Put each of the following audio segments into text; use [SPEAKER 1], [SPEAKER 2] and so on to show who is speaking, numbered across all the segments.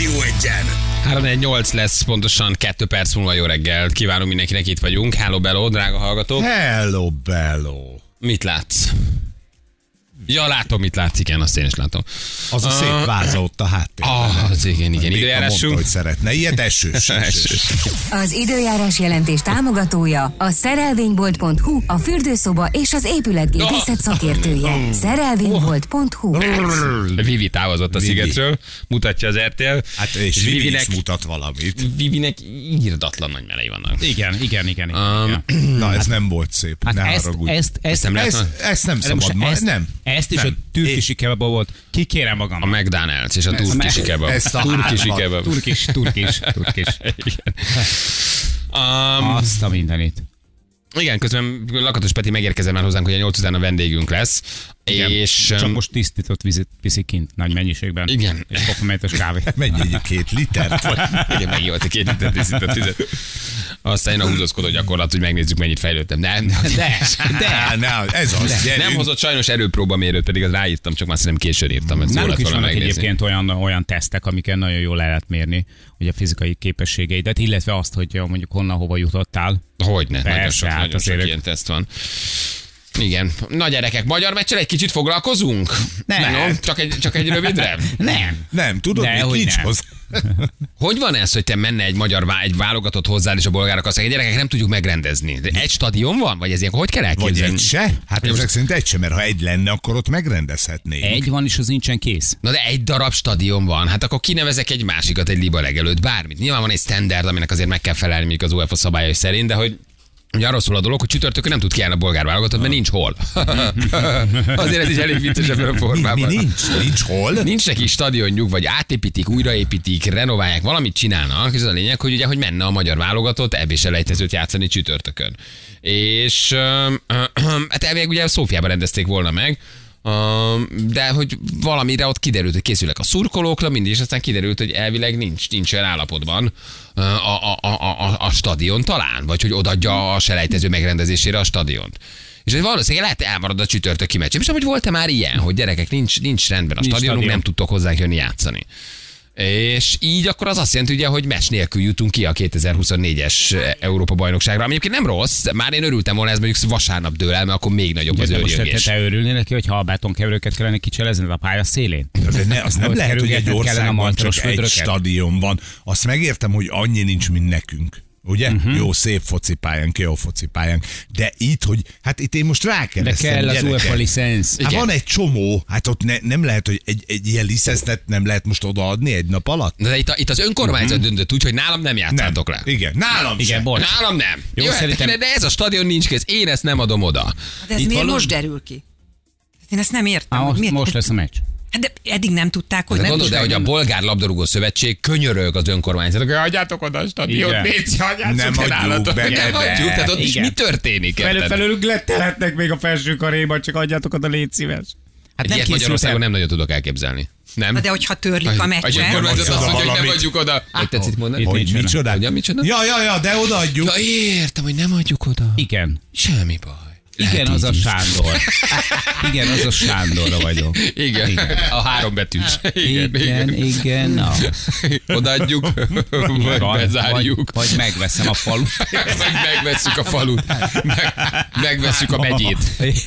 [SPEAKER 1] Jó egyen!
[SPEAKER 2] 318 lesz pontosan 2 perc múlva jó reggel. Kívánom mindenkinek itt vagyunk. Hello Bello, drága hallgatók.
[SPEAKER 1] Hát- Hello, bello!
[SPEAKER 2] Mit látsz? Ja, látom, mit látsz, igen, azt én is látom.
[SPEAKER 1] Az a szép váza ott a háttérben.
[SPEAKER 2] Ah, az igen, igen,
[SPEAKER 1] Béka
[SPEAKER 2] időjárásunk.
[SPEAKER 1] Mondta, hogy szeretne. Ilyet esős. esős.
[SPEAKER 3] Az időjárás jelentés támogatója a szerelvénybolt.hu, a fürdőszoba és az épületgépészet szakértője. Szerelvénybolt.hu
[SPEAKER 2] Vivi távozott a
[SPEAKER 1] Vivi.
[SPEAKER 2] szigetről, mutatja az RTL.
[SPEAKER 1] Hát és Vivi is mutat valamit.
[SPEAKER 2] Vivinek írdatlan nagy melei vannak.
[SPEAKER 4] Igen, igen, igen. igen,
[SPEAKER 2] Um,
[SPEAKER 4] igen.
[SPEAKER 1] Na, ez nem volt szép.
[SPEAKER 4] Hát
[SPEAKER 1] ne
[SPEAKER 4] ezt,
[SPEAKER 1] haragudj.
[SPEAKER 4] ezt, ezt,
[SPEAKER 2] nem lehet-
[SPEAKER 1] Ez, ezt nem
[SPEAKER 4] de most
[SPEAKER 1] szabad ma.
[SPEAKER 4] ezt,
[SPEAKER 1] Nem.
[SPEAKER 4] Ezt is
[SPEAKER 1] Nem.
[SPEAKER 4] a türkisi kebabból volt. Kikérem magam.
[SPEAKER 2] a McDonald's és a turkisi kebab.
[SPEAKER 1] ezt a
[SPEAKER 2] Turkisi
[SPEAKER 1] hármat.
[SPEAKER 2] kebab.
[SPEAKER 4] Turkis, turkis, turkis.
[SPEAKER 2] Igen. Um,
[SPEAKER 4] Azt a mindenit.
[SPEAKER 2] igen, közben Lakatos Peti megérkezel már hozzánk, hogy a 8 után a vendégünk lesz. Igen, és um,
[SPEAKER 4] Csak
[SPEAKER 2] öm,
[SPEAKER 4] most tisztított vizit viszik kint nagy mennyiségben.
[SPEAKER 2] Igen.
[SPEAKER 4] És kokomentes kávé.
[SPEAKER 1] Mennyi egy két litert? Vagy?
[SPEAKER 2] Igen, meg volt a két liter tisztít a tüzet. Aztán jön a húzózkodó gyakorlat, hogy megnézzük, mennyit fejlődtem. Nem, de, de.
[SPEAKER 1] De, ne, ez az. Gyerünk.
[SPEAKER 2] Nem hozott sajnos erőpróba mérőt, pedig az ráírtam, csak már szerintem későn írtam. Ez
[SPEAKER 4] Náluk
[SPEAKER 2] órát
[SPEAKER 4] is
[SPEAKER 2] volna
[SPEAKER 4] vannak
[SPEAKER 2] megnézni.
[SPEAKER 4] egyébként olyan, olyan tesztek, amiken nagyon jól el lehet mérni hogy a fizikai képességeidet, illetve azt, hogy ja, mondjuk honnan hova jutottál.
[SPEAKER 2] Hogyne,
[SPEAKER 4] Persze,
[SPEAKER 2] nagyon sok,
[SPEAKER 4] hát
[SPEAKER 2] nagyon sok
[SPEAKER 4] azért ők-
[SPEAKER 2] ilyen teszt van. Igen. Na gyerekek, magyar meccsel egy kicsit foglalkozunk?
[SPEAKER 4] Nem.
[SPEAKER 2] Nem. Csak egy, csak egy rövidre?
[SPEAKER 4] Hát, Nem.
[SPEAKER 1] Nem, tudod,
[SPEAKER 4] De,
[SPEAKER 1] mit
[SPEAKER 4] hogy
[SPEAKER 1] nincs
[SPEAKER 4] nem.
[SPEAKER 1] hozzá.
[SPEAKER 2] Hogy van ez, hogy te menne egy magyar vá- egy válogatott hozzád, és a bolgárok azt mondják, gyerekek, nem tudjuk megrendezni. De Egy stadion van? Vagy ez ilyen, hogy kell
[SPEAKER 1] Vagy
[SPEAKER 2] elképzelni?
[SPEAKER 1] egy se? Hát
[SPEAKER 2] Most-
[SPEAKER 1] ezek szerint egy se, mert ha egy lenne, akkor ott megrendezhetnénk.
[SPEAKER 4] Egy van, és az nincsen kész.
[SPEAKER 2] Na de egy darab stadion van, hát akkor kinevezek egy másikat, egy liba legelőtt, bármit. Nyilván van egy standard, aminek azért meg kell felelni mondjuk az UEFA szabályai szerint, de hogy Ugye arról szól a dolog, hogy csütörtökön nem tud kiállni a bolgár válogatott,
[SPEAKER 1] Ah.
[SPEAKER 2] mert nincs hol. Azért ez is elég vicces ebben a
[SPEAKER 1] Mi, mi
[SPEAKER 2] formában.
[SPEAKER 1] nincs? Nincs hol?
[SPEAKER 2] Nincs neki stadionjuk, vagy átépítik, újraépítik, renoválják, valamit csinálnak, és az a lényeg, hogy ugye, hogy menne a magyar válogatott eb és elejtezőt játszani csütörtökön. És öm, öm, hát elvileg ugye Szófiában rendezték volna meg, öm, de hogy valamire ott kiderült, hogy készülnek a szurkolókra, mindig, és aztán kiderült, hogy elvileg nincs, nincs olyan állapotban ö, a, a, a, a, a stadion talán, vagy hogy odadja a selejtező megrendezésére a stadiont. És ez valószínűleg lehet elmarad a csütörtök kimeccs. Nem is tudom, hogy volt-e már ilyen, hogy gyerekek, nincs, nincs rendben a
[SPEAKER 4] Nincs
[SPEAKER 2] stadionunk, nem
[SPEAKER 4] stadion.
[SPEAKER 2] tudtok hozzánk jönni játszani. És így akkor az azt jelenti, ugye, hogy meccs nélkül jutunk ki a 2024-es Európa-bajnokságra, ami egyébként nem rossz, már én örültem volna, ez mondjuk vasárnap dől el, mert akkor még nagyobb az
[SPEAKER 4] De most te,
[SPEAKER 2] őrjöngés.
[SPEAKER 4] te örülnél neki, hogy ha a betonkeverőket kellene kicselezni a pálya szélén?
[SPEAKER 1] De Hát ne, az nem
[SPEAKER 4] Hogy
[SPEAKER 1] lehet, hogy egy
[SPEAKER 4] kerülgetned kellene a
[SPEAKER 1] országban
[SPEAKER 4] maltros
[SPEAKER 1] csak egy
[SPEAKER 4] vödröket?
[SPEAKER 1] stadion van. Azt megértem, hogy annyi nincs, mint nekünk. Ugye?
[SPEAKER 4] Mhm.
[SPEAKER 1] Uh-huh. Jó, szép focipályánk, jó focipályánk. De itt, hogy hát itt én most
[SPEAKER 4] De
[SPEAKER 1] rákeresztem
[SPEAKER 4] kell az UEFA licensz.
[SPEAKER 1] Hát
[SPEAKER 2] Igen.
[SPEAKER 1] van egy csomó, hát ott ne, nem lehet, hogy egy, egy ilyen licenszet nem lehet most odaadni egy nap alatt.
[SPEAKER 2] Na, De itt, a, itt az önkormányzat döntött úgy, hogy nálam nem
[SPEAKER 1] Nem.
[SPEAKER 2] játszátok le.
[SPEAKER 1] Igen, nálam
[SPEAKER 4] Mhm. Igen,
[SPEAKER 1] se.
[SPEAKER 4] bocs.
[SPEAKER 2] Nálam nem.
[SPEAKER 4] Jó,
[SPEAKER 2] Jöhet,
[SPEAKER 4] szerintem-
[SPEAKER 2] De ez a stadion nincs kész, én ezt nem adom oda.
[SPEAKER 5] De ez
[SPEAKER 4] Itt
[SPEAKER 5] Itt miért
[SPEAKER 4] valami-
[SPEAKER 5] most derül ki? Hát Én ezt nem értem.
[SPEAKER 4] Á,
[SPEAKER 5] hogy
[SPEAKER 4] most,
[SPEAKER 5] miért...
[SPEAKER 4] most lesz a meccs.
[SPEAKER 5] Hát de eddig nem tudták, hogy
[SPEAKER 2] De
[SPEAKER 5] nem
[SPEAKER 2] gondolod el, hogy a
[SPEAKER 5] tudták,
[SPEAKER 2] Bolgár Labdarúgó Szövetség könyörög az önkormányzatnak, hogy hagyjátok oda a stadiont,
[SPEAKER 4] Igen.
[SPEAKER 2] Béci, hagyjátok
[SPEAKER 1] Nem
[SPEAKER 2] el
[SPEAKER 1] adjuk
[SPEAKER 2] állatot.
[SPEAKER 1] be,
[SPEAKER 2] Nem
[SPEAKER 1] be.
[SPEAKER 2] adjuk, tehát ott is
[SPEAKER 4] Igen.
[SPEAKER 2] mi történik?
[SPEAKER 4] Fel,
[SPEAKER 2] érted?
[SPEAKER 4] felőlük letelhetnek még a felső karéban, csak adjátok oda, légy szíves. Hát
[SPEAKER 2] Egy ilyet Magyarországon nem nagyon tudok elképzelni. Nem?
[SPEAKER 5] Na, Hát de hogyha törlik a
[SPEAKER 2] A
[SPEAKER 5] meccset,
[SPEAKER 2] önkormányzat azt mondja, hogy nem
[SPEAKER 1] Valamit.
[SPEAKER 2] adjuk oda. Hogy tetszik mondani?
[SPEAKER 4] Itt
[SPEAKER 1] Hogy
[SPEAKER 4] nincsenek.
[SPEAKER 1] micsoda?
[SPEAKER 2] Ugye, micsoda?
[SPEAKER 1] Ja, ja, ja, de odaadjuk.
[SPEAKER 2] Ja, értem, hogy nem adjuk oda.
[SPEAKER 4] Igen.
[SPEAKER 2] Semmi baj.
[SPEAKER 4] Igen,
[SPEAKER 2] Lehet
[SPEAKER 4] az
[SPEAKER 2] így
[SPEAKER 4] a
[SPEAKER 2] is.
[SPEAKER 4] Sándor. Igen, az a Sándorra vagyok.
[SPEAKER 2] Igen, a három betűs. Igen,
[SPEAKER 4] Igen,
[SPEAKER 2] igen.
[SPEAKER 4] igen. na.
[SPEAKER 2] Odaadjuk, vagy
[SPEAKER 4] Van,
[SPEAKER 2] bezárjuk.
[SPEAKER 4] Vagy, vagy megveszem a falut.
[SPEAKER 2] Meg, megvesszük a falut, meg, megvesszük a megyét.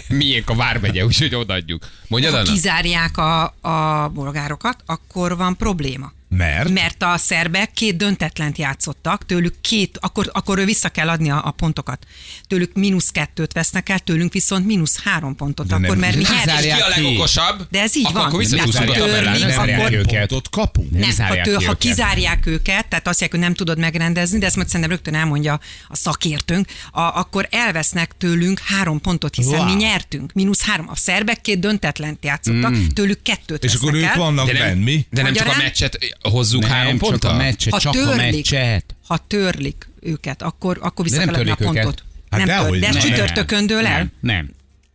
[SPEAKER 2] Miénk a vármegye, úgyhogy odaadjuk. Mondjad,
[SPEAKER 5] ha
[SPEAKER 2] Anna?
[SPEAKER 5] kizárják a, a bolgárokat, akkor van probléma.
[SPEAKER 1] Mert?
[SPEAKER 5] Mert a szerbek két döntetlent játszottak, tőlük két, akkor, akkor ő vissza kell adni a, a pontokat. Tőlük mínusz kettőt vesznek el, tőlünk viszont mínusz három pontot,
[SPEAKER 1] De
[SPEAKER 5] akkor
[SPEAKER 1] nem-
[SPEAKER 5] mert mi
[SPEAKER 1] nem
[SPEAKER 5] nyertünk.
[SPEAKER 2] Ki
[SPEAKER 4] zárják
[SPEAKER 2] a
[SPEAKER 4] ki.
[SPEAKER 2] legokosabb?
[SPEAKER 5] De ez így
[SPEAKER 2] akkor
[SPEAKER 5] van.
[SPEAKER 2] Akkor visszatúszunk a
[SPEAKER 5] Nem zárják
[SPEAKER 2] tabellát.
[SPEAKER 5] ki.
[SPEAKER 1] Nem
[SPEAKER 5] Akkor-
[SPEAKER 1] zárják őket. Pontot kapunk.
[SPEAKER 4] Nem
[SPEAKER 5] Nem, ha,
[SPEAKER 4] zárják
[SPEAKER 5] tő,
[SPEAKER 4] ki
[SPEAKER 5] ha
[SPEAKER 4] őket.
[SPEAKER 5] kizárják őket, tehát azt mondják, hogy nem tudod megrendezni, de ezt majd szerintem rögtön elmondja a szakértőnk, a, akkor elvesznek tőlünk három pontot, hiszen
[SPEAKER 1] Wow.
[SPEAKER 5] mi nyertünk. Mínusz három. A szerbek két döntetlent játszottak, tőlük kettőt
[SPEAKER 1] Hmm. És
[SPEAKER 5] vesznek
[SPEAKER 1] akkor ők
[SPEAKER 5] el.
[SPEAKER 1] vannak
[SPEAKER 2] De
[SPEAKER 1] benn,
[SPEAKER 2] nem,
[SPEAKER 1] mi?
[SPEAKER 2] de nem csak a
[SPEAKER 5] Magyarán?
[SPEAKER 2] meccset hozzuk
[SPEAKER 4] Nem,
[SPEAKER 2] három
[SPEAKER 4] csak a
[SPEAKER 2] ponttal?
[SPEAKER 4] meccset.
[SPEAKER 5] Ha
[SPEAKER 4] csak a
[SPEAKER 5] törlik,
[SPEAKER 4] meccset.
[SPEAKER 5] ha törlik őket, akkor, akkor vissza
[SPEAKER 4] nem
[SPEAKER 5] kell adni a
[SPEAKER 4] törlik őket.
[SPEAKER 5] pontot.
[SPEAKER 1] Hát
[SPEAKER 5] nem
[SPEAKER 1] dehogy
[SPEAKER 5] törlik, de
[SPEAKER 1] nem.
[SPEAKER 5] ez csütörtökön dől el.
[SPEAKER 4] Nem, nem.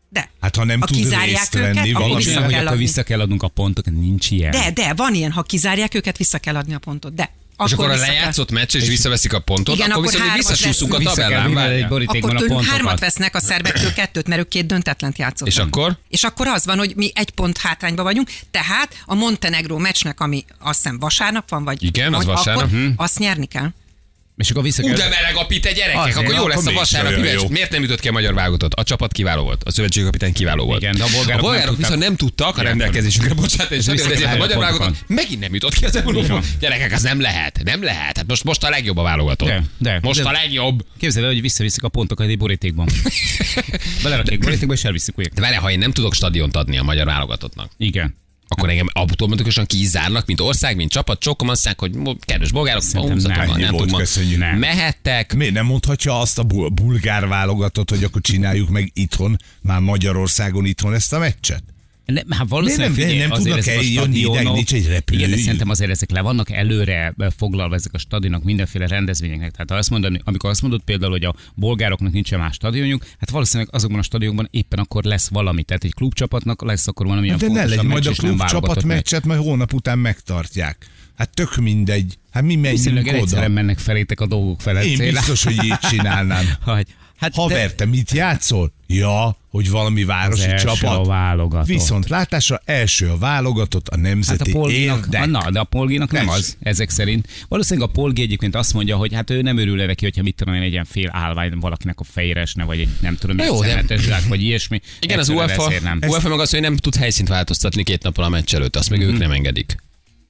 [SPEAKER 5] De.
[SPEAKER 1] Hát, ha nem
[SPEAKER 5] ha
[SPEAKER 1] tud
[SPEAKER 5] kizárják
[SPEAKER 1] részt venni
[SPEAKER 5] őket, akkor
[SPEAKER 1] valami-
[SPEAKER 4] Nincs
[SPEAKER 5] vissza
[SPEAKER 4] olyan, hogy
[SPEAKER 5] kell
[SPEAKER 4] akkor
[SPEAKER 5] adni.
[SPEAKER 4] vissza kell adnunk a pontokat, nincs ilyen.
[SPEAKER 5] De, de, van ilyen, ha kizárják őket, vissza kell adni a pontot. De.
[SPEAKER 2] És akkor a
[SPEAKER 5] vissza kell-
[SPEAKER 2] lejátszott meccs, és visszaveszik a pontot,
[SPEAKER 5] Igen,
[SPEAKER 2] akkor,
[SPEAKER 5] akkor
[SPEAKER 2] viszont
[SPEAKER 5] hármat
[SPEAKER 2] visszasúszunk a
[SPEAKER 5] leszünk.
[SPEAKER 4] Vissza kell
[SPEAKER 2] tabellán.
[SPEAKER 4] vinni
[SPEAKER 2] várjál.
[SPEAKER 4] egy borítékban
[SPEAKER 5] Akkor
[SPEAKER 4] a
[SPEAKER 5] tőlünk hármat
[SPEAKER 4] pontokat.
[SPEAKER 5] vesznek a szerbektől kettőt, mert ők két döntetlent játszottak.
[SPEAKER 2] És akkor?
[SPEAKER 5] És akkor az van, hogy mi egy pont hátrányba vagyunk, tehát a Montenegró meccsnek, ami azt hiszem vasárnap van, vagy
[SPEAKER 2] Igen, az
[SPEAKER 5] vagy
[SPEAKER 2] vasárnap.
[SPEAKER 5] Akkor,
[SPEAKER 2] Mhm.
[SPEAKER 5] azt nyerni kell.
[SPEAKER 4] És akkor vissza
[SPEAKER 2] Ú, de
[SPEAKER 4] kell...
[SPEAKER 2] meleg a pite gyerekek,
[SPEAKER 4] Azért,
[SPEAKER 2] akkor jó
[SPEAKER 4] akkor
[SPEAKER 2] lesz a
[SPEAKER 1] még
[SPEAKER 2] vasárnapi
[SPEAKER 1] nagyon
[SPEAKER 2] meccs.
[SPEAKER 1] jó.
[SPEAKER 2] Miért nem jutott ki a magyar válogatott? A csapat kiváló volt, a szövetségkapitány kiváló volt.
[SPEAKER 4] Igen, de a bolgárok nem
[SPEAKER 2] bolgárok
[SPEAKER 4] tudták.
[SPEAKER 2] viszont nem tudtak a
[SPEAKER 4] Igen,
[SPEAKER 2] rendelkezésükre, bocsánat, és nem
[SPEAKER 4] vissza
[SPEAKER 2] ezért a
[SPEAKER 4] kell
[SPEAKER 2] magyar
[SPEAKER 4] állni a
[SPEAKER 2] válogatott
[SPEAKER 4] pontokon.
[SPEAKER 2] megint nem jutott ki az Európa. Gyerekek, az nem lehet, nem lehet. Hát most, most a legjobb a válogatott.
[SPEAKER 4] De, de.
[SPEAKER 2] most
[SPEAKER 4] De-
[SPEAKER 2] a legjobb.
[SPEAKER 4] Képzeld el, hogy visszaviszik a pontokat egy borítékban. Belerakják borítékba, és elviszik újra.
[SPEAKER 2] De vele, ha én nem tudok stadiont adni a magyar válogatottnak,
[SPEAKER 4] Igen.
[SPEAKER 2] akkor engem automatikusan kiizárnak, mint ország, mint csapat, sokan azt hogy mo- kedves bolgárok,
[SPEAKER 4] Szerintem
[SPEAKER 2] húzatok
[SPEAKER 4] nem.
[SPEAKER 2] van,
[SPEAKER 1] Ennyi
[SPEAKER 2] nem
[SPEAKER 1] volt,
[SPEAKER 2] tudom,
[SPEAKER 1] köszönjük.
[SPEAKER 2] van. mehettek,
[SPEAKER 1] Miért nem mondhatja azt a bul- bulgár válogatott, hogy akkor csináljuk meg itthon, már Magyarországon itthon ezt a meccset?
[SPEAKER 4] Nem, hát valószínűleg
[SPEAKER 1] Miért nem-
[SPEAKER 4] figyelj,
[SPEAKER 1] nem
[SPEAKER 4] azért
[SPEAKER 1] tudnak
[SPEAKER 4] ezek a
[SPEAKER 1] eljönni
[SPEAKER 4] stadionok-
[SPEAKER 1] ideig, nincs egy repülőjük?
[SPEAKER 4] Igen, de szerintem azért ezek le vannak előre eh, foglalva ezek a stadionok mindenféle rendezvényeknek. Tehát ha azt mondani, amikor azt mondod például, hogy a bolgároknak nincsen más stadionjuk, hát valószínűleg azokban a stadionokban éppen akkor lesz valami. Tehát egy klubcsapatnak lesz akkor valami olyan
[SPEAKER 1] Hát De ne
[SPEAKER 4] fontos
[SPEAKER 1] legyen,
[SPEAKER 4] meccs,
[SPEAKER 1] majd a
[SPEAKER 4] és nem
[SPEAKER 1] klub
[SPEAKER 4] válogatott
[SPEAKER 1] csapat
[SPEAKER 4] meccs.
[SPEAKER 1] meccset majd hónap után megtartják. Hát tök mindegy. Hát mi menjünk
[SPEAKER 4] Viszonylag
[SPEAKER 1] oda.
[SPEAKER 4] egyszerűen mennek felétek a dolgok felett.
[SPEAKER 1] Én
[SPEAKER 4] célra.
[SPEAKER 1] biztos, hogy így csinálnám.
[SPEAKER 4] Hogy, hát
[SPEAKER 1] Haver, te mit játszol? Ja, hogy valami
[SPEAKER 4] Az
[SPEAKER 1] városi
[SPEAKER 4] első
[SPEAKER 1] csapat.
[SPEAKER 4] a válogatott.
[SPEAKER 1] Viszont látásra első a válogatott, a
[SPEAKER 4] Hát a
[SPEAKER 1] nemzeti hát
[SPEAKER 4] polginak,
[SPEAKER 1] érdek.
[SPEAKER 4] na, de a polginak nem
[SPEAKER 1] Persze.
[SPEAKER 4] az, ezek szerint. Valószínűleg a polgi egyébként azt mondja, hogy hát ő nem örül neki, hogyha mit tudom én, egy ilyen fél állvány valakinek a fejére esne, vagy egy nem tudom,
[SPEAKER 2] Jó,
[SPEAKER 4] egy
[SPEAKER 2] de-
[SPEAKER 4] szemetes zsák, vagy ilyesmi.
[SPEAKER 2] Igen, az
[SPEAKER 4] Egyszerűen
[SPEAKER 2] UEFA,
[SPEAKER 4] ezért nem.
[SPEAKER 2] UEFA meg az, hogy nem tud helyszínt változtatni két nappal a meccs előtt, azt meg ők nem engedik.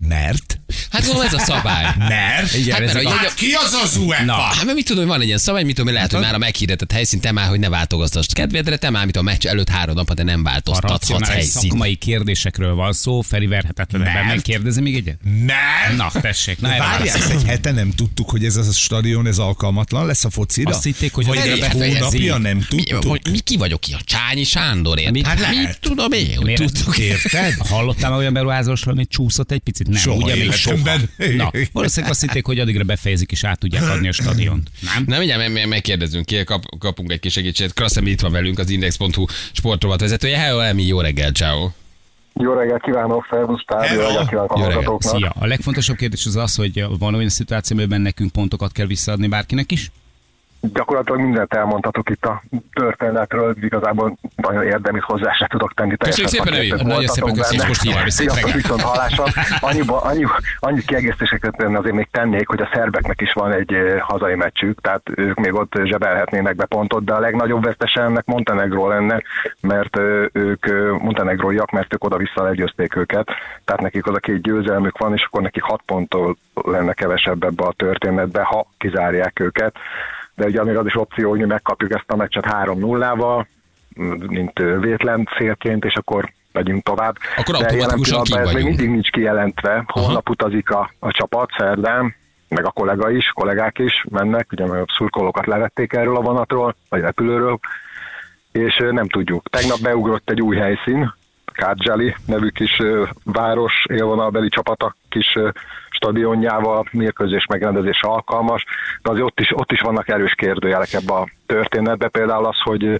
[SPEAKER 1] Mert?
[SPEAKER 2] Hát gondolom ez a szabály.
[SPEAKER 1] Mert?
[SPEAKER 4] Igen,
[SPEAKER 2] Hát, mert
[SPEAKER 4] ezek
[SPEAKER 2] a
[SPEAKER 4] a-
[SPEAKER 2] jegy-
[SPEAKER 1] Hát ki az az UEFA?
[SPEAKER 4] Na.
[SPEAKER 2] Hát mert mit tudom, hogy van egy ilyen szabály, mit tudom, én, lehet, hogy már a meghirdetett helyszín, te már, hogy ne változtass kedvedre, te már, mint a meccs előtt három napra, te nem
[SPEAKER 4] a
[SPEAKER 2] változtathatsz
[SPEAKER 4] racionális
[SPEAKER 2] helyszínt.
[SPEAKER 4] szakmai kérdésekről van szó, Feri verhetetlenebben
[SPEAKER 1] Mert-
[SPEAKER 4] megkérdezi még egyet?
[SPEAKER 1] Mert?
[SPEAKER 4] Na, tessék, na erre
[SPEAKER 1] Várjál,
[SPEAKER 4] válasz.
[SPEAKER 1] ezt egy hete nem tudtuk, hogy ez a stadion, ez alkalmatlan lesz a focira?
[SPEAKER 4] Azt hitték, hogy
[SPEAKER 1] Vagy
[SPEAKER 4] az
[SPEAKER 1] egy
[SPEAKER 4] elején
[SPEAKER 1] hónapja
[SPEAKER 4] fejezik.
[SPEAKER 1] nem
[SPEAKER 2] Mi,
[SPEAKER 1] tudtuk.
[SPEAKER 2] hogy mi ki vagyok ki? A Csányi Sándor ért? Hát mit
[SPEAKER 1] lehet.
[SPEAKER 2] tudom én, hogy
[SPEAKER 4] Miért?
[SPEAKER 2] tudtuk.
[SPEAKER 1] Érted?
[SPEAKER 4] Hallottál már olyan beruházásról, amit csúszott egy picit? Nem,
[SPEAKER 1] Soha
[SPEAKER 4] ugye még soha.
[SPEAKER 1] életemben.
[SPEAKER 4] Na, valószínűleg azt hitték, hogy addigra befejezik és át tudják adni a stadiont. Nem?
[SPEAKER 2] Na mindjárt meg- meg- megkérdezünk ki, kap, kapunk egy kis segítséget. Kraszem itt van velünk az Index.hu sportrovat vezetője. Hello, Emi, jó reggel, ciao.
[SPEAKER 6] Jó reggelt kívánok, szervusz, pár, jó
[SPEAKER 1] Hello.
[SPEAKER 6] reggelt kívánok a
[SPEAKER 2] Jó reggelt,
[SPEAKER 6] hallgatóknak.
[SPEAKER 4] Szia. A legfontosabb kérdés az az, hogy van olyan szituáció, amiben nekünk pontokat kell visszaadni bárkinek is?
[SPEAKER 6] Gyakorlatilag mindent elmondhatok itt a történetről, igazából nagyon érdemit hozzá se tudok tenni. teljesen
[SPEAKER 2] szépen, Evi.
[SPEAKER 6] szakértőt
[SPEAKER 4] Nagyon szépen
[SPEAKER 6] voltatok
[SPEAKER 4] köszönjük,
[SPEAKER 6] benne.
[SPEAKER 4] most hívják, viszont
[SPEAKER 6] Sziasztok,
[SPEAKER 4] reggelt.
[SPEAKER 6] viszont hallásra. Annyiba, annyi, annyi kiegészítéseket én azért még tennék, hogy a szerbeknek is van egy eh, hazai meccsük, tehát ők még ott zsebelhetnének be pontot, de a legnagyobb vesztese ennek Montenegró lenne, mert eh, ők eh, montenegróiak, mert ők oda-vissza legyőzték őket, tehát nekik az a két győzelmük van, és akkor nekik hat ponttól lenne kevesebb ebbe a történetbe, ha kizárják őket. De ugye még az is opció, hogy mi megkapjuk ezt a meccset 3-0-val, mint ö, vétlen célként, és akkor megyünk tovább.
[SPEAKER 2] Akkor
[SPEAKER 6] De jelen
[SPEAKER 2] automatikusan kik
[SPEAKER 6] pillanatban ez még
[SPEAKER 2] vagyunk.
[SPEAKER 6] mindig nincs kijelentve. Holnap utazik a, a csapat szerdán, meg a kollega is, kollégák is mennek, ugye mert a szurkolókat levették erről a vonatról, vagy repülőről, és ö, nem tudjuk. Tegnap beugrott egy új helyszín, Kádzseli nevű kis ö, város élvonalbeli csapatak kis ö, stadionjával mérkőzés megrendezése alkalmas, de azért ott is, ott is vannak erős kérdőjelek ebbe a történetbe, például az, hogy ö,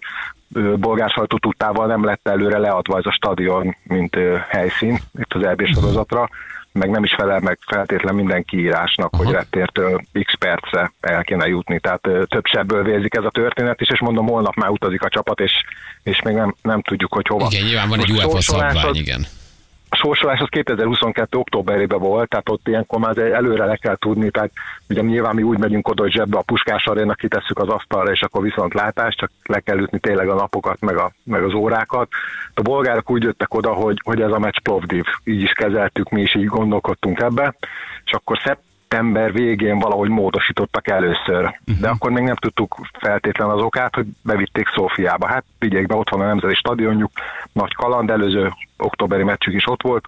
[SPEAKER 6] ö, bolgár sajtó tudtával nem lett előre leadva ez a stadion, mint ö, helyszín itt az EB sorozatra, meg nem is felel meg feltétlen minden kiírásnak, Aha. hogy reptértől x percre el kéne jutni. Tehát ö, több sebből vérzik ez a történet is, és mondom, holnap már utazik a csapat, és, és még nem, nem tudjuk, hogy hova.
[SPEAKER 2] Igen, nyilván van egy
[SPEAKER 6] Most
[SPEAKER 2] UEFA
[SPEAKER 6] sorsolás az-
[SPEAKER 2] szabvány, igen.
[SPEAKER 6] a sorsolás az 2022. októberében volt, tehát ott ilyenkor már előre le kell tudni, tehát ugye nyilván mi úgy megyünk oda, hogy zsebbe a puskás arénak kitesszük az asztalra, és akkor viszont látás, csak le kell ütni tényleg a napokat, meg, a, meg az órákat. A bolgárok úgy jöttek oda, hogy, hogy ez a meccs Plovdiv, így is kezeltük, mi is így gondolkodtunk ebbe, és akkor szeptember végén valahogy módosítottak először,
[SPEAKER 2] Mhm.
[SPEAKER 6] uh-huh. de akkor még nem tudtuk feltétlen az okát, hogy bevitték Szófiába. Hát vigyék be, ott van a Nemzeti Stadionjuk, nagy kaland, előző októberi meccsük is ott volt,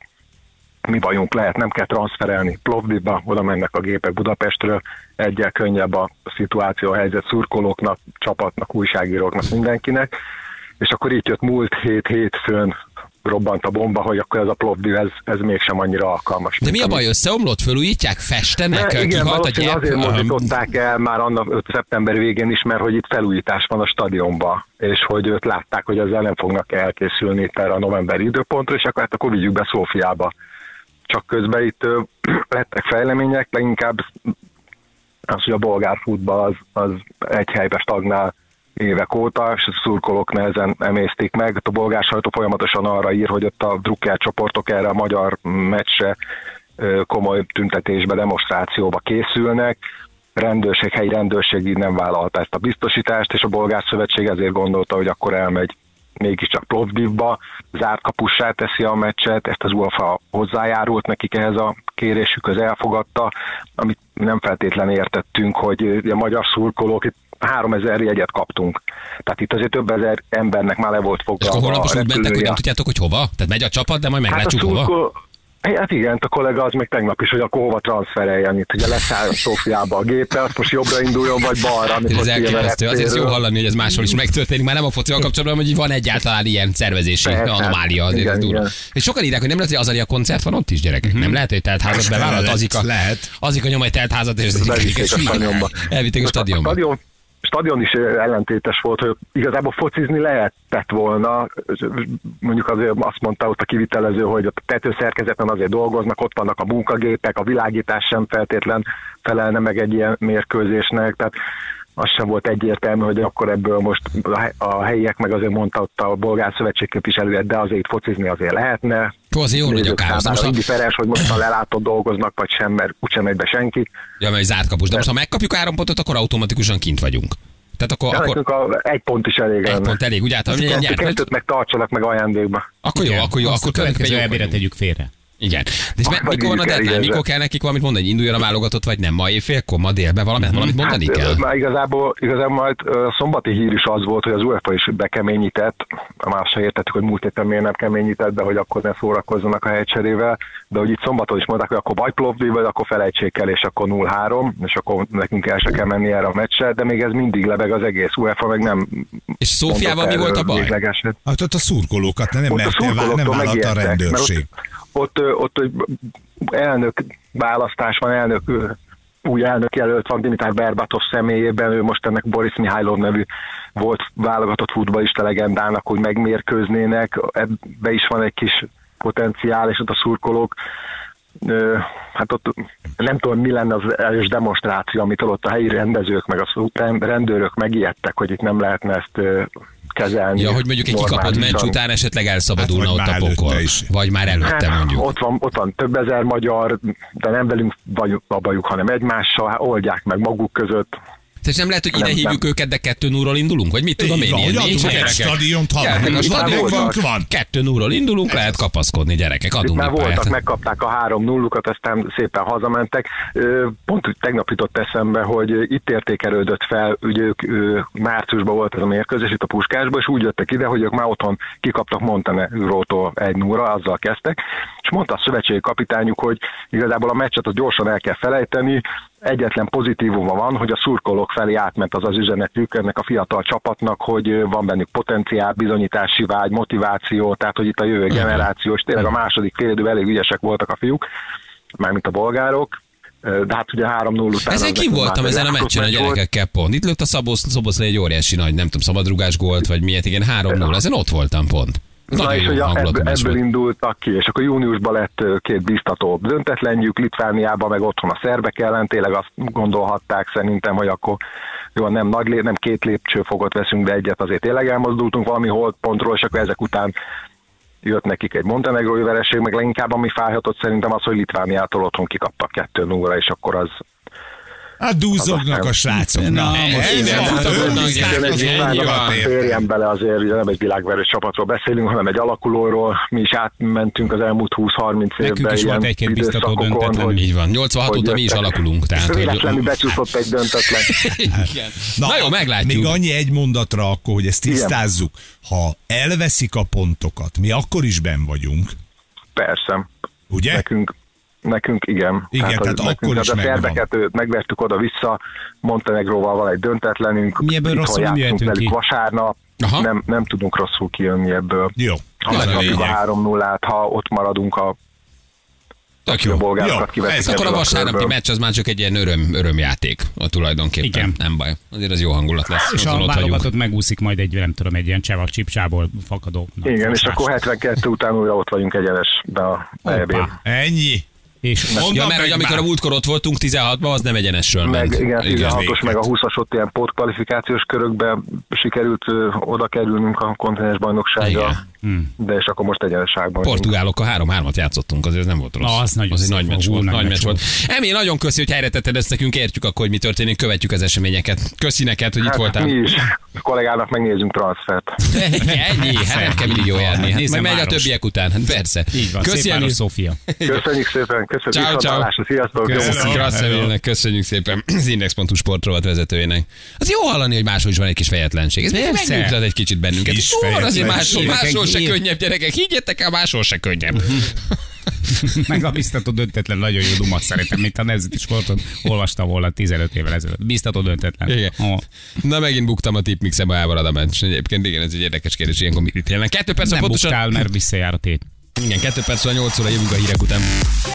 [SPEAKER 6] mi bajunk lehet, nem kell transferelni Plovdivba, oda mennek a gépek Budapestről, egyel könnyebb a szituáció, a helyzet szurkolóknak, csapatnak, újságíróknak, mindenkinek, és akkor itt jött múlt hét hétfőn robbant a bomba, hogy akkor ez a Plovdiv, ez, ez mégsem annyira alkalmas.
[SPEAKER 2] De mi a
[SPEAKER 6] Mint
[SPEAKER 2] baj, összeomlott, fölújítják, festenek,
[SPEAKER 6] de igen,
[SPEAKER 2] kihalt a gyep?
[SPEAKER 6] valószínűleg azért
[SPEAKER 2] Öm,
[SPEAKER 6] mozdították el már annak 5. szeptember végén is, mert hogy itt felújítás van a stadionba, és hogy őt látták, hogy ezzel nem fognak elkészülni itt erre a novemberi időpontra, és akkor hát akkor vigyük be Szófiába. Csak közben itt ö, lettek fejlemények, leginkább az, hogy a bolgár futball az, az egy helybe stagnál évek óta, és a szurkolók nehezen emésztik meg. A bolgár sajtó folyamatosan arra ír, hogy ott a drukker csoportok erre a magyar meccsre ö, komoly tüntetésbe, demonstrációba készülnek, rendőrség, helyi rendőrség így nem vállalta ezt a biztosítást, és a bolgár szövetség ezért gondolta, hogy akkor elmegy mégiscsak Plovdivba, zárt kapussá teszi a meccset, ezt az UEFA hozzájárult nekik ehhez a kérésükhöz, elfogadta, amit nem feltétlen értettünk, hogy a magyar szurkolók itt 3000 jegyet kaptunk. Tehát itt azért több ezer embernek már le volt
[SPEAKER 2] És
[SPEAKER 6] foglalva.
[SPEAKER 2] akkor holnap
[SPEAKER 6] a
[SPEAKER 2] úgy mentek, hogy
[SPEAKER 6] repülője.
[SPEAKER 2] nem tudjátok, hogy hova? Tehát megy a csapat, de majd meglátjuk
[SPEAKER 6] hát a
[SPEAKER 2] hova.
[SPEAKER 6] szurkol... Hát igen, a kollega az meg tegnap is, hogy akkor hova transfereljen itt. Ugye leszáll a Szófiába a gépe, azt most jobbra induljon, vagy balra.
[SPEAKER 2] És
[SPEAKER 6] amikor
[SPEAKER 2] ez
[SPEAKER 6] kijön a
[SPEAKER 2] elképesztő. Azért ez jó
[SPEAKER 6] reptéről.
[SPEAKER 2] hallani, hogy ez máshol is megtörténik. Már nem a focival kapcsolatban, hanem, hogy van egyáltalán ilyen szervezési
[SPEAKER 6] Persze.
[SPEAKER 2] anomália. Azért
[SPEAKER 6] Igen,
[SPEAKER 2] ez durva.
[SPEAKER 6] igen. Mhm.
[SPEAKER 2] És sokan írják, hogy nem lehet, hogy az a koncert van ott is, gyerekek. Nem lehet, hogy telt házat
[SPEAKER 1] Persze,
[SPEAKER 2] bevállalt
[SPEAKER 1] lehet,
[SPEAKER 2] azik a,
[SPEAKER 1] lehet.
[SPEAKER 2] azik a nyom egy telt házat, és az
[SPEAKER 6] Bevitték a stadionba.
[SPEAKER 2] Elvitték a
[SPEAKER 6] Most
[SPEAKER 2] stadionba.
[SPEAKER 6] stadion, stadion is ellentétes volt, hogy igazából focizni lehetett volna. Mondjuk azért azt mondta ott a kivitelező, hogy a tetőszerkezeten azért dolgoznak, ott vannak a munkagépek, a világítás sem feltétlen felelne meg egy ilyen mérkőzésnek. Tehát az sem volt egyértelmű, hogy akkor ebből most a he- a helyiek meg azért mondta ott a bolgár szövetség képviselője, de azért itt focizni azért lehetne.
[SPEAKER 2] Hú, azért jól megy a
[SPEAKER 6] Nézők
[SPEAKER 2] káosz. De
[SPEAKER 6] számára
[SPEAKER 2] Most a,
[SPEAKER 6] Indi Ferenc, hogy most a lelátott dolgoznak, vagy sem, mert úgysem megy be senki.
[SPEAKER 2] ja, mert zárt kapus. De most ha megkapjuk három pontot, akkor automatikusan kint vagyunk. Tehát akkor,
[SPEAKER 6] Ja,
[SPEAKER 2] akkor
[SPEAKER 6] nekünk a, egy pont is elég
[SPEAKER 2] egy
[SPEAKER 6] lenne.
[SPEAKER 2] pont elég, ugye? Hát, ha
[SPEAKER 6] Kettőt-
[SPEAKER 2] nyert, vagy? Hát,
[SPEAKER 6] kettőt meg tartsanak meg ajándékba.
[SPEAKER 2] akkor jó, akkor jó,
[SPEAKER 4] Azt
[SPEAKER 2] akkor
[SPEAKER 4] a következő
[SPEAKER 2] következő
[SPEAKER 4] ebére tegyük félre.
[SPEAKER 2] Igen. De és me-
[SPEAKER 6] Vagy
[SPEAKER 2] mikor van a
[SPEAKER 6] vigyük el,
[SPEAKER 2] deadline?
[SPEAKER 6] igen.
[SPEAKER 2] Mikor kell nekik valamit mondani? hogy Induljon a válogatott, vagy nem? Ma éjfélkor, ma délben
[SPEAKER 6] Hát
[SPEAKER 2] valamit, valamit mondani hát kell?
[SPEAKER 6] Már igazából, igazából majd ö, szombati hír is az volt, hogy az UEFA is bekeményített, már se értettük, hogy múlt héten miért nem keményített, de hogy akkor ne szórakozzanak a helycserével, de hogy itt szombaton is mondták, hogy akkor vagy Plovdiv, vagy akkor felejtsék el, és akkor 0-3, és akkor nekünk el se kell menni erre a meccsre, de még ez mindig lebeg az egész UEFA, meg nem
[SPEAKER 2] És Szófiával
[SPEAKER 6] mondott
[SPEAKER 2] mi volt a
[SPEAKER 6] erről
[SPEAKER 2] baj?
[SPEAKER 6] véglegeset.
[SPEAKER 1] Hát ott a szurkolókat nem,
[SPEAKER 6] Ott a
[SPEAKER 1] mert nem, nem
[SPEAKER 6] szurkolóktól
[SPEAKER 1] vállalta a
[SPEAKER 6] megijedtek,
[SPEAKER 1] rendőrség.
[SPEAKER 6] mert Ott, ott, ö, ott egy elnök választás van, elnök ö, új elnök jelölt van Dimitar Berbatov személyében, ő most ennek Boris Mihály nevű volt válogatott futballista legendának, hogy megmérkőznének, ebbe is van egy kis potenciál, és ott a szurkolók ö, hát ott nem tudom, mi lenne az erős demonstráció, amitől ott a helyi rendezők, meg a szó- rendőrök megijedtek, hogy itt nem lehetne ezt ö, kezelni.
[SPEAKER 2] Ja, hogy mondjuk egy kikapott meccs
[SPEAKER 6] normálisan.
[SPEAKER 2] után esetleg elszabadulna
[SPEAKER 1] Hát, vagy
[SPEAKER 2] ott a
[SPEAKER 1] már
[SPEAKER 2] pokol.
[SPEAKER 1] előtte is.
[SPEAKER 2] Vagy már előtte
[SPEAKER 6] Hát,
[SPEAKER 2] mondjuk.
[SPEAKER 6] Ott van, ott van több ezer magyar, de nem velünk vagy a bajuk, hanem egymással, hát oldják meg maguk között.
[SPEAKER 2] Tehát nem lehet, hogy ide
[SPEAKER 6] Nem,
[SPEAKER 2] hívjuk őket, de 2 0 indulunk? Vagy mit tudom
[SPEAKER 1] Így
[SPEAKER 2] én?
[SPEAKER 1] van,
[SPEAKER 2] ilyen
[SPEAKER 1] hogy
[SPEAKER 2] nincs
[SPEAKER 1] adunk egy
[SPEAKER 2] gyerekek?
[SPEAKER 1] stadiont, ha
[SPEAKER 2] Gyertek, a
[SPEAKER 1] van,
[SPEAKER 2] stadion
[SPEAKER 1] van,
[SPEAKER 6] voltak.
[SPEAKER 1] van.
[SPEAKER 2] 2 0 indulunk, lehet kapaszkodni, gyerekek.
[SPEAKER 6] Itt
[SPEAKER 2] Adunk
[SPEAKER 6] már
[SPEAKER 2] egy
[SPEAKER 6] voltak,
[SPEAKER 2] pályát.
[SPEAKER 6] megkapták a három nullukat, aztán szépen hazamentek. Ö, Pont úgy tegnap jutott eszembe, hogy itt értékelődött fel, ugye ők ö, márciusban volt ez a mérkőzés itt a Puskásban, és úgy jöttek ide, hogy ők már otthon kikaptak Montenegrótól egy núra, azzal kezdtek, és mondta a szövetségi kapitányuk, hogy igazából a meccset az gyorsan el kell felejteni, egyetlen pozitívuma van, hogy a szurkolók felé átment az az üzenetük ennek a fiatal csapatnak, hogy ö, van bennük potenciál, bizonyítási vágy, motiváció, tehát hogy itt a jövő generáció, és tényleg a második fél időben elég ügyesek voltak a fiúk, mármint a bolgárok, Ö, de hát ugye 3-0
[SPEAKER 2] Ezen
[SPEAKER 6] után... az
[SPEAKER 2] kim
[SPEAKER 6] nekünk
[SPEAKER 2] voltam
[SPEAKER 6] már
[SPEAKER 2] ezen a
[SPEAKER 6] játszott
[SPEAKER 2] meccsen a
[SPEAKER 6] meccs volt.
[SPEAKER 2] gyerekekkel pont. Itt lőtt a Szabosz, Szoboszlai egy óriási nagy, nem tudom, szabadrugás gólt, vagy miért, igen, 3-0. Ezen ott voltam pont.
[SPEAKER 6] Na
[SPEAKER 2] Nagyon
[SPEAKER 6] és
[SPEAKER 2] jó
[SPEAKER 6] ugye
[SPEAKER 2] hangulatú
[SPEAKER 6] ebből,
[SPEAKER 2] meccs
[SPEAKER 6] ebből
[SPEAKER 2] volt.
[SPEAKER 6] indultak ki, és akkor júniusban lett ö, két biztató döntetlenjük, Litvániában, meg otthon a szerbek ellen, tényleg azt gondolhatták szerintem, hogy akkor jó, nem nagy lé, nem két lépcsőfokot veszünk, de egyet azért tényleg elmozdultunk valami holdpontról, és akkor ezek után jött nekik egy montenegrói vereség, meg leginkább ami fájhatott szerintem az, hogy Litvániától otthon kikaptak 2 0 és akkor az...
[SPEAKER 1] Hát dúzognak a srácok. Na,
[SPEAKER 2] most igen,
[SPEAKER 4] Hát,
[SPEAKER 2] dúzognak,
[SPEAKER 1] őrizták
[SPEAKER 2] gyerekek,
[SPEAKER 1] az
[SPEAKER 2] ennyi
[SPEAKER 1] órákat,
[SPEAKER 2] van.
[SPEAKER 1] érted?
[SPEAKER 6] Férjen bele azért, ugye nem egy világverő csapatról beszélünk, hanem egy alakulóról. Mi is átmentünk az elmúlt 20-30 évben.
[SPEAKER 4] Nekünk is volt
[SPEAKER 6] ilyen
[SPEAKER 4] egy-két biztató
[SPEAKER 6] időszakokon,
[SPEAKER 4] döntetlenünk.
[SPEAKER 6] hogy-
[SPEAKER 2] Így van, 86 óta mi is
[SPEAKER 6] jöttek.
[SPEAKER 2] alakulunk. Tehát, hogy-
[SPEAKER 6] Véletlenül becsúszott egy döntetlen.
[SPEAKER 2] Na, jó, meglátjuk.
[SPEAKER 1] Még annyi egy mondatra akkor, hogy ezt tisztázzuk. Ha elveszik a pontokat, mi akkor is ben vagyunk,
[SPEAKER 6] Persze.
[SPEAKER 1] ugye?
[SPEAKER 6] Nekünk, nekünk igen.
[SPEAKER 1] Igen,
[SPEAKER 6] az
[SPEAKER 1] tehát
[SPEAKER 6] nekünk,
[SPEAKER 1] akkor
[SPEAKER 6] az
[SPEAKER 1] is
[SPEAKER 6] a
[SPEAKER 1] megvan.
[SPEAKER 6] szerbeket ö, megvertük oda-vissza, Montenegróval van egy döntetlenünk,
[SPEAKER 4] Mi ebből
[SPEAKER 6] itthon
[SPEAKER 4] rosszul nem
[SPEAKER 6] játszunk
[SPEAKER 4] jöhetünk
[SPEAKER 6] velük
[SPEAKER 4] ki.
[SPEAKER 6] vasárnap,
[SPEAKER 2] Aha.
[SPEAKER 6] nem, nem tudunk rosszul kijönni ebből.
[SPEAKER 1] Jó.
[SPEAKER 6] Ha
[SPEAKER 1] Ez a
[SPEAKER 6] megkapjuk a
[SPEAKER 1] lényeg.
[SPEAKER 6] 3 0 ha ott maradunk a
[SPEAKER 2] Tök jó.
[SPEAKER 6] a
[SPEAKER 1] Jó,
[SPEAKER 6] bolgárokat kivetjük
[SPEAKER 1] ez
[SPEAKER 2] Ez Szóval akkor a
[SPEAKER 6] ebből
[SPEAKER 2] vasárnapi
[SPEAKER 6] körből.
[SPEAKER 2] meccs az már csak egy ilyen öröm, örömjáték a tulajdonképpen.
[SPEAKER 4] Igen.
[SPEAKER 2] Nem baj. Azért az jó hangulat lesz.
[SPEAKER 4] És
[SPEAKER 2] azon ott
[SPEAKER 4] a
[SPEAKER 2] vagyunk.
[SPEAKER 4] válogatott megúszik majd egy, nem tudom, egy ilyen csáva csipcsából fakadó. na,
[SPEAKER 6] Igen, és
[SPEAKER 2] hát-
[SPEAKER 4] fosás.
[SPEAKER 6] akkor 72 után újra ott vagyunk egyenesben a E
[SPEAKER 4] Hoppá.
[SPEAKER 6] EB-n.
[SPEAKER 1] Ennyi.
[SPEAKER 4] És
[SPEAKER 2] Ja,
[SPEAKER 1] Mondom,
[SPEAKER 2] mert hogy
[SPEAKER 1] meg
[SPEAKER 2] amikor a
[SPEAKER 1] már.
[SPEAKER 2] múltkor ott voltunk 16-ban, az nem egyenesről
[SPEAKER 6] Meg,
[SPEAKER 2] ment.
[SPEAKER 6] igen, 16-os, meg
[SPEAKER 1] véget.
[SPEAKER 6] a 20-as ott ilyen pótkvalifikációs körökbe sikerült ö, oda kerülnünk a kontinens bajnokságra,
[SPEAKER 2] Hmm.
[SPEAKER 6] de és akkor most egyeneságban.
[SPEAKER 2] Portugálokkal 3-3-at játszottunk, azért nem volt rossz.
[SPEAKER 4] Na, az nagyon
[SPEAKER 2] az egy
[SPEAKER 4] szép
[SPEAKER 2] nagy
[SPEAKER 4] volt,
[SPEAKER 2] meccs
[SPEAKER 4] hú,
[SPEAKER 2] volt.
[SPEAKER 4] nagy
[SPEAKER 2] Nagy
[SPEAKER 4] meccs
[SPEAKER 2] meccs volt. Emi, nagyon köszi, hogy helyre tetted ezt nekünk, értjük akkor, hogy mi történik, követjük az eseményeket. Köszi neked, hogy itt
[SPEAKER 6] Hát,
[SPEAKER 2] voltál.
[SPEAKER 6] mi is a kollégának megnézünk transfert.
[SPEAKER 2] Ennyi, hát nem kell mindig jól járni. Hát,
[SPEAKER 4] Nézze
[SPEAKER 2] meg megy a
[SPEAKER 4] város.
[SPEAKER 2] többiek után, hát persze.
[SPEAKER 4] Így van,
[SPEAKER 2] Köszi,
[SPEAKER 4] Köszönjük. szép
[SPEAKER 2] Emi.
[SPEAKER 4] város, Szófia.
[SPEAKER 6] Köszönjük szépen, köszönjük
[SPEAKER 2] Ciao,
[SPEAKER 6] viszontlátásra, sziasztok! jó
[SPEAKER 4] Köszönjük.
[SPEAKER 6] munkát!
[SPEAKER 2] Grasszevilnek köszönjük szépen az Index.hu sportrovat vezetőjének. Az jó hallani, hogy máshol is van egy kis fejetlenség. Ez még
[SPEAKER 4] Persze.
[SPEAKER 2] megnyugtat egy kicsit bennünket.
[SPEAKER 1] Kis
[SPEAKER 2] Jó, van azért máshol,
[SPEAKER 1] fejetlenség.
[SPEAKER 2] máshol se
[SPEAKER 4] Ilyen.
[SPEAKER 2] könnyebb, gyerekek. Higgyetek el, máshol se könnyebb.
[SPEAKER 4] Meg a biztató döntetlen nagyon jó dumat szerintem, mint a nemzeti sporton olvastam volna 15 évvel ezelőtt. Biztató döntetlen.
[SPEAKER 2] Igen. Szóval
[SPEAKER 4] Ó,
[SPEAKER 2] Na megint buktam a tipmixebe, elmarad a meccs. Egyébként igen, ez egy érdekes kérdés, ilyenkor mit jelent. Kettő perc,
[SPEAKER 4] nem
[SPEAKER 2] pontosan...
[SPEAKER 4] buktál, mert visszajár a tét.
[SPEAKER 2] Igen, kettő perc, 8 óra jövünk a hírek után.